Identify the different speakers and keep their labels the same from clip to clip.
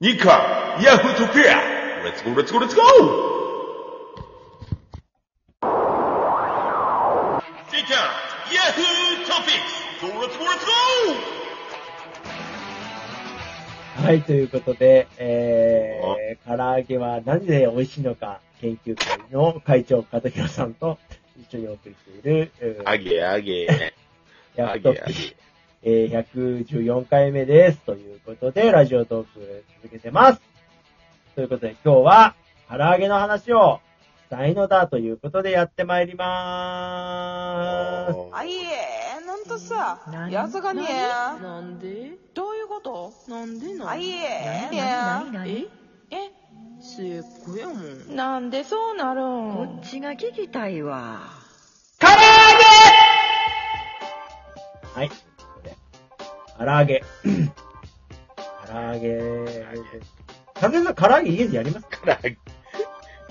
Speaker 1: ニカ、ヤフートピア、レッツゴーレッツゴーレッツゴーニカ、ヤフートピックス、ゴーレッツゴーレッツ
Speaker 2: はい、ということで、え
Speaker 1: あ
Speaker 2: ー、唐揚げはなぜ美味しいのか研究会の会長、片広さんと一緒にお送りしている、う
Speaker 1: ゴー
Speaker 2: ん
Speaker 1: あげあ げ、
Speaker 2: や
Speaker 1: あ
Speaker 2: っ
Speaker 1: げ
Speaker 2: と
Speaker 1: あげ。
Speaker 2: えー、114回目です。ということで、ラジオトーク続けてます。ということで、今日は、唐揚げの話をしたいのだということでやってまいりまーす。
Speaker 3: あいえ、なんとさ、
Speaker 4: 何
Speaker 3: やつがね
Speaker 4: 何なんで
Speaker 3: どういうこと
Speaker 4: なんでなん
Speaker 3: あいえ、
Speaker 4: 何
Speaker 3: ね
Speaker 4: 何何
Speaker 5: 何
Speaker 3: え、
Speaker 4: 末っ子やもん。
Speaker 3: なんでそうなる
Speaker 5: こ
Speaker 3: ん
Speaker 5: っちが聞きたいわ。
Speaker 2: はい。唐揚げ。唐揚げ。風さん、唐揚げ家でやりますか
Speaker 1: から、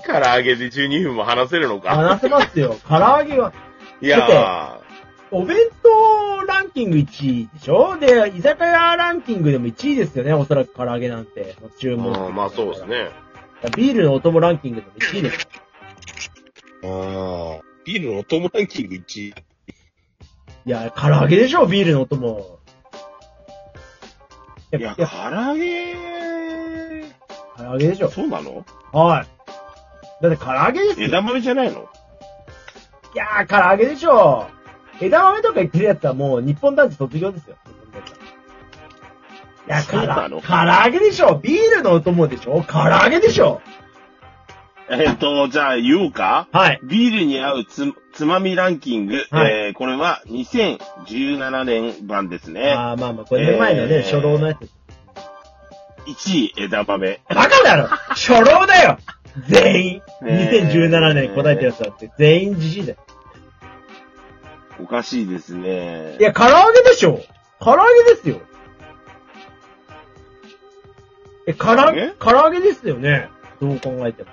Speaker 1: から揚げで12分も話せるのか。
Speaker 2: 話せますよ。唐揚げは、
Speaker 1: いや
Speaker 2: お弁当ランキング1位でしょで、居酒屋ランキングでも1位ですよね。おそらく唐揚げなんて。注
Speaker 1: ー、
Speaker 2: 文。
Speaker 1: まあまあそうです。ね。
Speaker 2: ビールのお供ランキングでも1位です。
Speaker 1: ああ。ビールのお供ランキング1位。
Speaker 2: いや、唐揚げでしょ、ビールのお供。い
Speaker 6: い
Speaker 2: や
Speaker 6: や、
Speaker 2: いや、
Speaker 6: 唐揚げ、
Speaker 2: 唐揚げでしょ。
Speaker 6: そうなの
Speaker 2: はい。だって唐揚げですよ。
Speaker 6: 枝豆じゃないの
Speaker 2: いやー、唐揚げでしょ。枝豆とか言ってるやつはもう日本男児卒業ですよ。日本男
Speaker 6: そう
Speaker 2: 児いや、
Speaker 6: な
Speaker 2: 唐
Speaker 6: の
Speaker 2: 揚げでしょ。ビールのお供でしょ。唐揚げでしょ。
Speaker 6: えっと、じゃあ言おうか。
Speaker 2: はい。
Speaker 6: ビールに合うつ、つまみランキング。
Speaker 2: はい
Speaker 6: えー、これは2017年版ですね。
Speaker 2: あーまあまあ、これ年前のね、
Speaker 6: えー
Speaker 2: 初老のやつ。
Speaker 6: 1位枝豆。
Speaker 2: バカだろ初老だよ全員
Speaker 6: ね
Speaker 2: !2017 年答えたやつだって、全員じじいだよ。
Speaker 6: おかしいですね。
Speaker 2: いや、唐揚げでしょ唐揚げですよえ、から、
Speaker 6: 唐揚げ
Speaker 2: 唐揚げですよねどう考えても。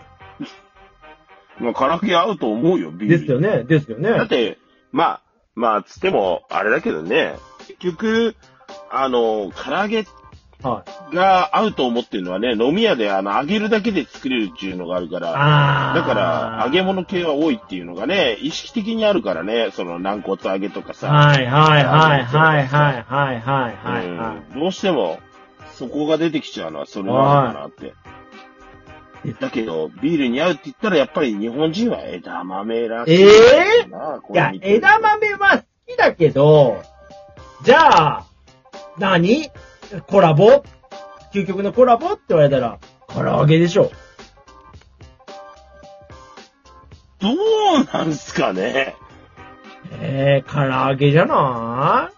Speaker 6: まあ、唐揚げ合うと思うよ、ビール。
Speaker 2: ですよねですよね
Speaker 6: だって、まあ、まあ、つっても、あれだけどね、結局、あの、唐揚げ
Speaker 2: はい。
Speaker 6: が合うと思ってるのはね、飲み屋であの、揚げるだけで作れるっていうのがあるから。
Speaker 2: あー。
Speaker 6: だから、揚げ物系は多いっていうのがね、意識的にあるからね、その軟骨揚げとかさ、
Speaker 2: はいはいはいはいはいはいはいはいは
Speaker 6: うんどうしても、そこが出てきちゃうのはそれなのかなって。だけど、ビールに合うって言ったら、やっぱり日本人は枝豆らしい。
Speaker 2: えい。
Speaker 6: ー
Speaker 2: いや、枝豆は好きだけど、じゃあ、何コラボ究極のコラボって言われたら、唐揚げでしょ。
Speaker 6: どうなんすかね
Speaker 2: えー、唐揚げじゃな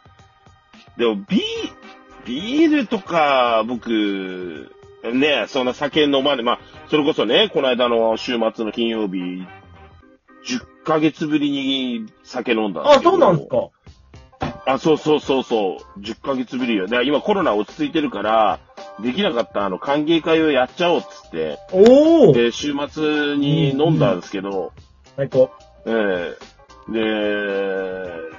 Speaker 2: い
Speaker 6: でも、ビー、ビールとか、僕、ね、そんな酒飲まない。まあ、それこそね、この間の週末の金曜日、10ヶ月ぶりに酒飲んだ
Speaker 2: あ、そうな
Speaker 6: で
Speaker 2: ん
Speaker 6: すけ
Speaker 2: すか。
Speaker 6: どあ、そうそうそうそう。10ヶ月ぶりよ。で、今コロナ落ち着いてるから、できなかったあの歓迎会をやっちゃおうっつって、
Speaker 2: おお
Speaker 6: で、週末に飲んだんですけど、
Speaker 2: 最高。
Speaker 6: ええで、10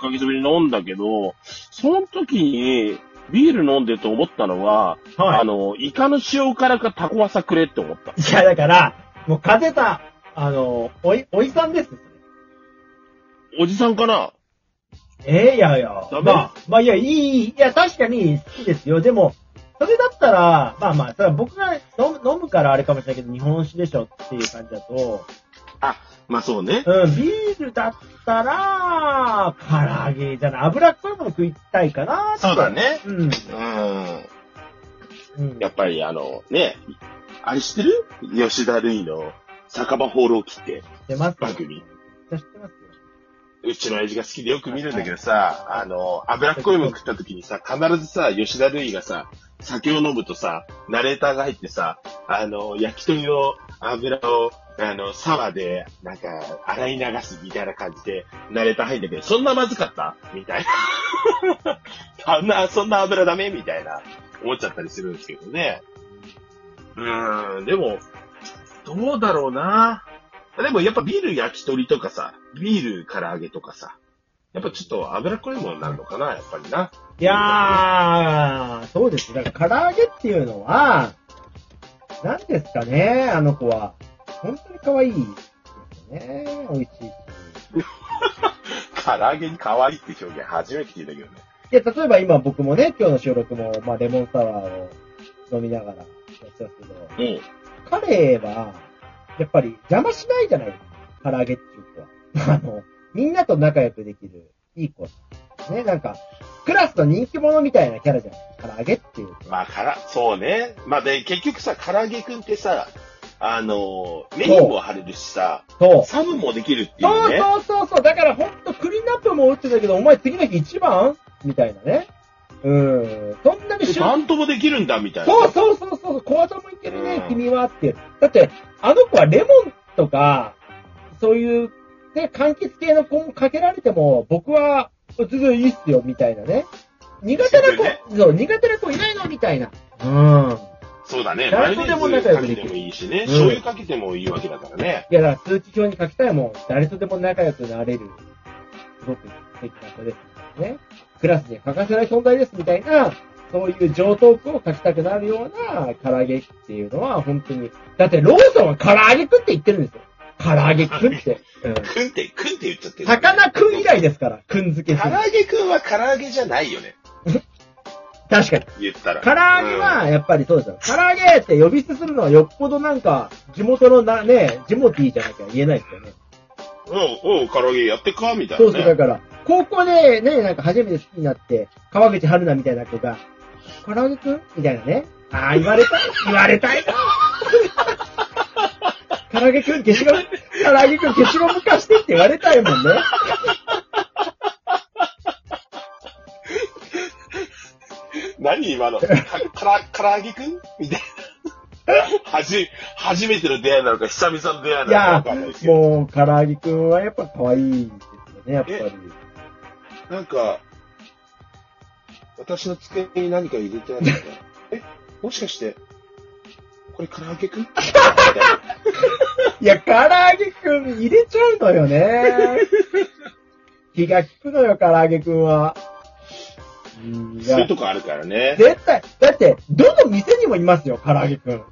Speaker 6: ヶ月ぶりに飲んだけど、その時に、ビール飲んでと思ったのは、
Speaker 2: は
Speaker 6: あ
Speaker 2: い。
Speaker 6: の、イカの塩辛かタコワサくれって思った。
Speaker 2: いや、だから、もう勝てた、あの、おい、おいさんです。
Speaker 6: おじさんかな
Speaker 2: えー、いやいや。
Speaker 6: ダメ
Speaker 2: まあ、まあ、いや、いい、いや、確かに好きですよ。でも、それだったら、まあまあ、それは僕が飲む飲むからあれかもしれないけど、日本酒でしょっていう感じだと、
Speaker 6: まあそうね。
Speaker 2: うん、ビールだったら、唐揚げじゃない、油っこいもの食いたいかなって
Speaker 6: ね。
Speaker 2: うん。
Speaker 6: うん。
Speaker 2: うん。
Speaker 6: やっぱりあの、ね、あれ知ってる吉田類の酒場放浪記って
Speaker 2: 出ますよ。
Speaker 6: 番組。
Speaker 2: 知ってますよ。
Speaker 6: うちの親父が好きでよく見るんだけどさ、あの、脂っこいもん食った時にさ、必ずさ、吉田類がさ、酒を飲むとさ、ナレーターが入ってさ、あの、焼き鳥の油を、あの、サワーで、なんか、洗い流すみたいな感じで、ナレーター入んだけど、そんなまずかったみたいな。 あんな、そんな油ダメみたいな、思っちゃったりするんですけどね。うーん、でも、どうだろうなでもやっぱビール焼き鳥とかさ、ビール唐揚げとかさ、やっぱちょっと脂っこいものになるのかな、やっぱりな。
Speaker 2: いやー、そうです。だから唐揚げっていうのは、何ですかね、あの子は。本当に可愛いですね。美味しいし。
Speaker 6: 唐揚げに可愛いって表現初めて聞いたけどね。
Speaker 2: で、例えば今僕もね、今日の収録も、まあレモンサワーを飲みながらやってますけど、
Speaker 6: うん。
Speaker 2: 彼は、やっぱり邪魔しないじゃないですか。唐揚げっていう 子は。あの、みんなと仲良くできる、いい子。ね、なんか、クラスの人気者みたいなキャラじゃん。唐揚げっていう。
Speaker 6: まあ、から、そうね。まあ、で、結局さ、唐揚げくんってさ、あのー、メインも張れるしさ、
Speaker 2: そう。
Speaker 6: サブもできるってい
Speaker 2: そうう
Speaker 6: ね。
Speaker 2: そうそうそう。だからほんとクリーンアップも打ってたけど、お前次の日一番みたいなね。うん。そんなに
Speaker 6: で
Speaker 2: 瞬
Speaker 6: バントもできるんだ、みたいな。
Speaker 2: そうそうそうそう、小技もいけるね、
Speaker 6: うん
Speaker 2: 君はって。だって、あの子はレモンとか、そういう、ね、柑橘系の子もかけられても、僕は、全然いいっすよ、みたいなね。苦手な
Speaker 6: そう
Speaker 2: 子、
Speaker 6: だよ
Speaker 2: そう、苦手な子いないのみたいな。うん。
Speaker 6: そうだね。マヨ
Speaker 2: 誰と
Speaker 6: ネ
Speaker 2: でも
Speaker 6: ーズ
Speaker 2: 仲良
Speaker 6: か
Speaker 2: く
Speaker 6: けて
Speaker 2: できる
Speaker 6: もいいしね。
Speaker 2: ん
Speaker 6: 醤油かけてもいいわけだからね。
Speaker 2: いや、だから通知表に書きたいもん。誰とでも仲良くなれる。すごく素敵な子です。ね。クラスに欠かせない存在です、みたいな、そういう上等句を書きたくなるような唐揚げっていうのは、本当に。だって、ローソンは唐揚げくんって言ってるんですよ。唐揚げくんって。うん。
Speaker 6: くんって、くんって言っちゃってる。
Speaker 2: 魚くん以来ですから、くん付けす
Speaker 6: 唐
Speaker 2: る。
Speaker 6: 揚げくんは唐揚げじゃないよね。
Speaker 2: 確かに。
Speaker 6: 言ったら。
Speaker 2: 唐揚げは、やっぱりそうですよ。唐揚げって呼び捨てするのはよっぽどなんか、地元のな、ね、地元いいじゃなきゃ言えないですよね。
Speaker 6: うん、うん、うん、唐揚げやってか、みたいな、
Speaker 2: そ
Speaker 6: ね。
Speaker 2: うそう、だから、高校でね、なんか初めて好きになって、川口春奈みたいな子が、唐揚げくんみたいなね。ああ、言われたい言われ たいな唐揚げくん消しゴム、唐揚げくん消しゴム貸してって言われたいもんね。
Speaker 6: 何今のか、から、から揚げくんみたいな。はじ、初めての出会いなのか、久々の出会い
Speaker 2: い
Speaker 6: なのかわかん
Speaker 2: や
Speaker 6: ないですけ
Speaker 2: ー、
Speaker 6: ど。
Speaker 2: もう唐揚げくんはやっぱ可愛いですよね、やっぱり。
Speaker 6: なんか、私の机に何か入れてあるんだ。え、もしかして、これから揚げくんみたい
Speaker 2: いや、唐揚げくん入れちゃうのよね。 気が利くのよ、唐揚げくんは。うん
Speaker 6: ないそうい
Speaker 2: や
Speaker 6: うとこあるからね。
Speaker 2: 絶対、だって、どの店にもいますよ、唐揚げくん。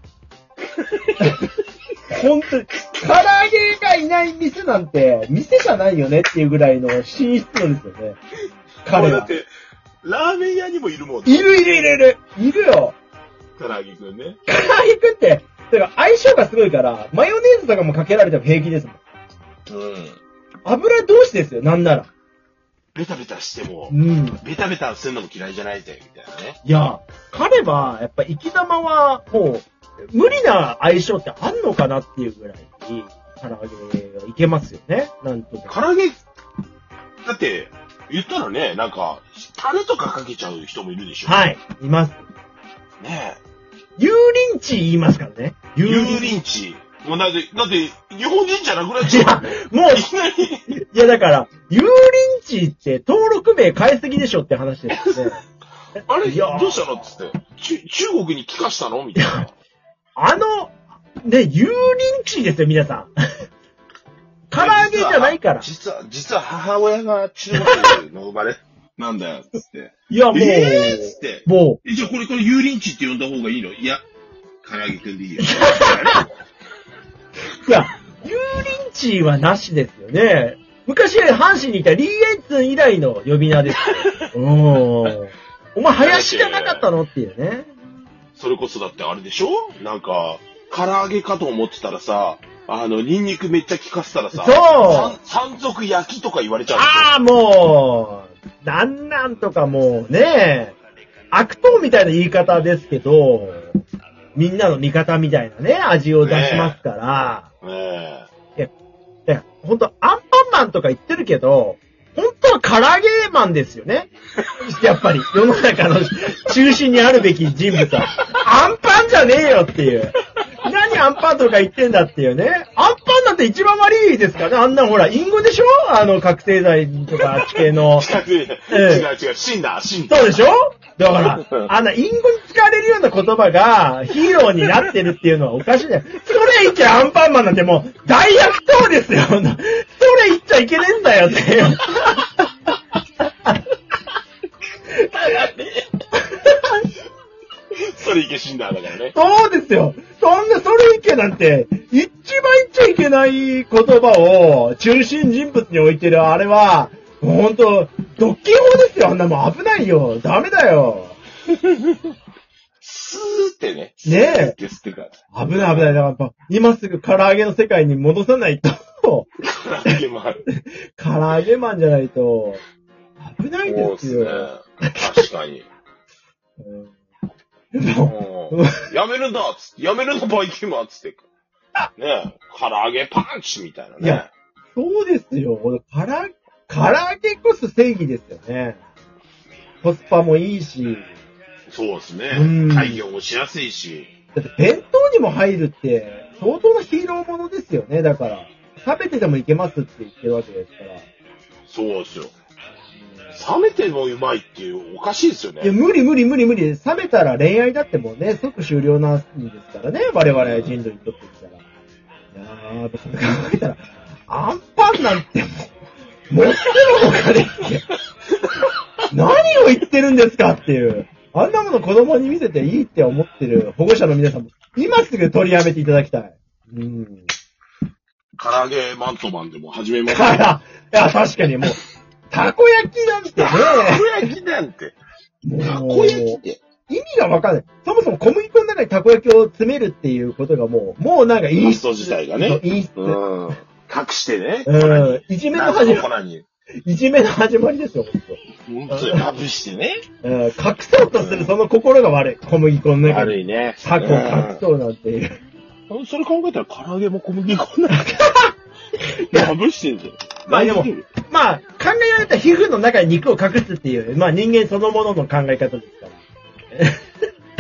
Speaker 2: 本当に、唐揚げがいない店なんて、店じゃないよねっていうぐらいの進出度ですよね。
Speaker 6: もう
Speaker 2: 彼
Speaker 6: だっ
Speaker 2: は。
Speaker 6: て、ラーメン屋にもいるもんね。
Speaker 2: いるいるいるいるいるよ
Speaker 6: 唐揚げくんね。
Speaker 2: 唐揚げくんって、だから相性がすごいから、マヨネーズとかもかけられても平気ですもん。
Speaker 6: うん。
Speaker 2: 油同士ですよ、なんなら。
Speaker 6: ベタベタしても
Speaker 2: う、ん。
Speaker 6: ベタベタするのも嫌いじゃないぜ、みたいなね。
Speaker 2: いや、彼は、やっぱ生き様は、もう、無理な相性ってあんのかなっていうぐらい、唐揚げはいけますよね。なんとでも
Speaker 6: 唐揚げ、だって、言ったらね、なんか、タレとかかけちゃう人もいるでしょ。
Speaker 2: はい、います。
Speaker 6: ね
Speaker 2: 油淋鶏言いますからね。
Speaker 6: え。
Speaker 2: 油
Speaker 6: 油
Speaker 2: 淋
Speaker 6: 淋鶏。もうだって、だって、日本人じゃなくなっちゃうもんね。
Speaker 2: もう、
Speaker 6: いきなり。
Speaker 2: いやだから、油淋鶏って登録名変えすぎでしょって話です よね。
Speaker 6: あれ、
Speaker 2: いやー
Speaker 6: どうしたのっつって。ち中国に帰化したのみたいな。
Speaker 2: あの、ね、油淋鶏ですよ、皆さ ん。 唐揚げじゃないから。
Speaker 6: 実は、実は母親が中国の生 まれなんだよ、つって。
Speaker 2: いや、もう、
Speaker 6: えーっつって。
Speaker 2: も
Speaker 6: えじゃあこれから油淋鶏って呼んだ方がいいのいや、唐揚げくんでいい よ。
Speaker 2: う、いや、油淋鶏はなしですよね。昔、阪神にいたリー・エイツン以来の呼び名ですよ。おーお前、林じゃなかったのっていうね。
Speaker 6: それこそだってあれでしょなんか、唐揚げかと思ってたらさ、あの、ニンニクめっちゃ効かせたらさ、
Speaker 2: そう
Speaker 6: さん山賊焼きとか言われちゃうでしょ
Speaker 2: ああ、もう、なんなんとかもうね、悪党みたいな言い方ですけど、みんなの味方みたいなね、味を出しますから、
Speaker 6: ね
Speaker 2: いや、ほんと、アンパンマンとか言ってるけど、本当は唐揚げマンですよね。やっぱり、世の中の中心にあるべき人物は、アンパンじゃねえよっていう。何アンパンとか言ってんだっていうね。アンパンなんて一番悪いですからね。あんなほら、インゴでしょあの、覚醒剤とか、あっち系の。
Speaker 6: え。 違う
Speaker 2: え
Speaker 6: 違う、死んだ、死んだ。
Speaker 2: そうでしょだから、あんな、インゴに使われるような言葉が、ヒーローになってるっていうのはおかしいね。それ言っちゃアンパンマンなんてもう、大悪党ですよ。それ言っちゃいけねえんだよって。
Speaker 6: それいけ死んだ、だからね。
Speaker 2: そうですよそんな、それいけなんて、一番言っちゃいけない言葉を中心人物に置いてるあれは、ほんと、ドッキリ法ですよあんなもん危ないよダメだよ
Speaker 6: スーってね。
Speaker 2: ねえ
Speaker 6: スーって吸ってるから。
Speaker 2: 危ない危ない。だからやっぱ、今すぐ唐揚げの世界に戻さないと、
Speaker 6: 唐揚げも ある。
Speaker 2: 唐揚げマンじゃないと、危ない
Speaker 6: そう
Speaker 2: で
Speaker 6: っ
Speaker 2: す
Speaker 6: すね
Speaker 2: よ。。
Speaker 6: 確かに。
Speaker 2: うんでも
Speaker 6: うんやめるんだっつって、やめるのバイキンマンっつって。ねえ、唐揚げパンチみたいない
Speaker 2: や
Speaker 6: ね。
Speaker 2: そうですよ。俺唐揚げ、唐揚げこそ正義ですよね。コスパもいいし、
Speaker 6: そうですね
Speaker 2: うん。
Speaker 6: 開業もしやすいし。
Speaker 2: だって弁当にも入るって、相当なヒーローものですよね。だから、食べてでもいけますって言ってるわけですから。
Speaker 6: そうですよ。冷めてもうまいっていう、おかしいですよ
Speaker 2: いや、
Speaker 6: ね。
Speaker 2: 無理無理無理無理。冷めたら恋愛だってもうね、即終了なんですからね。我々人類にとってみたら。いやー、それ考えたら、アンパンなんてもう、持ってるのかねっていう何を言ってるんですかっていう。あんなもの子供に見せていいって思ってる保護者の皆さんも、今すぐ取りやめていただきたい。うん。
Speaker 6: 唐揚げマントマンでも始めま
Speaker 2: だ
Speaker 6: すよ。
Speaker 2: から、 いや、確かにもう、たこ焼きなんてね
Speaker 6: た、こ焼きなんて。たこ焼き
Speaker 2: も
Speaker 6: っ
Speaker 2: う
Speaker 6: て。
Speaker 2: 意味がわかんない。そもそも小麦粉の中にたこ焼きを詰めるっていうことがもう、もうなんか陰
Speaker 6: 発
Speaker 2: 湿。
Speaker 6: 想自体がね。
Speaker 2: 陰湿。うん。
Speaker 6: うん。隠してね。
Speaker 2: いじめの
Speaker 6: 謎
Speaker 2: 始
Speaker 6: の
Speaker 2: ま
Speaker 6: 粉に。
Speaker 2: り、いじめの始まりですよ、ほんと。
Speaker 6: 本当にまぶしてね。
Speaker 2: うん。隠そうとするその心が悪い。小麦粉の中に。
Speaker 6: 悪いね。
Speaker 2: タコを隠そうなんて
Speaker 6: う
Speaker 2: いう。
Speaker 6: んそれ考えたら唐揚げも小麦粉なん だ。まぶしてんじゃん。
Speaker 2: まあでもまあ、考えられたら皮膚の中に肉を隠すっていう、まあ人間そのものの考え方ですから。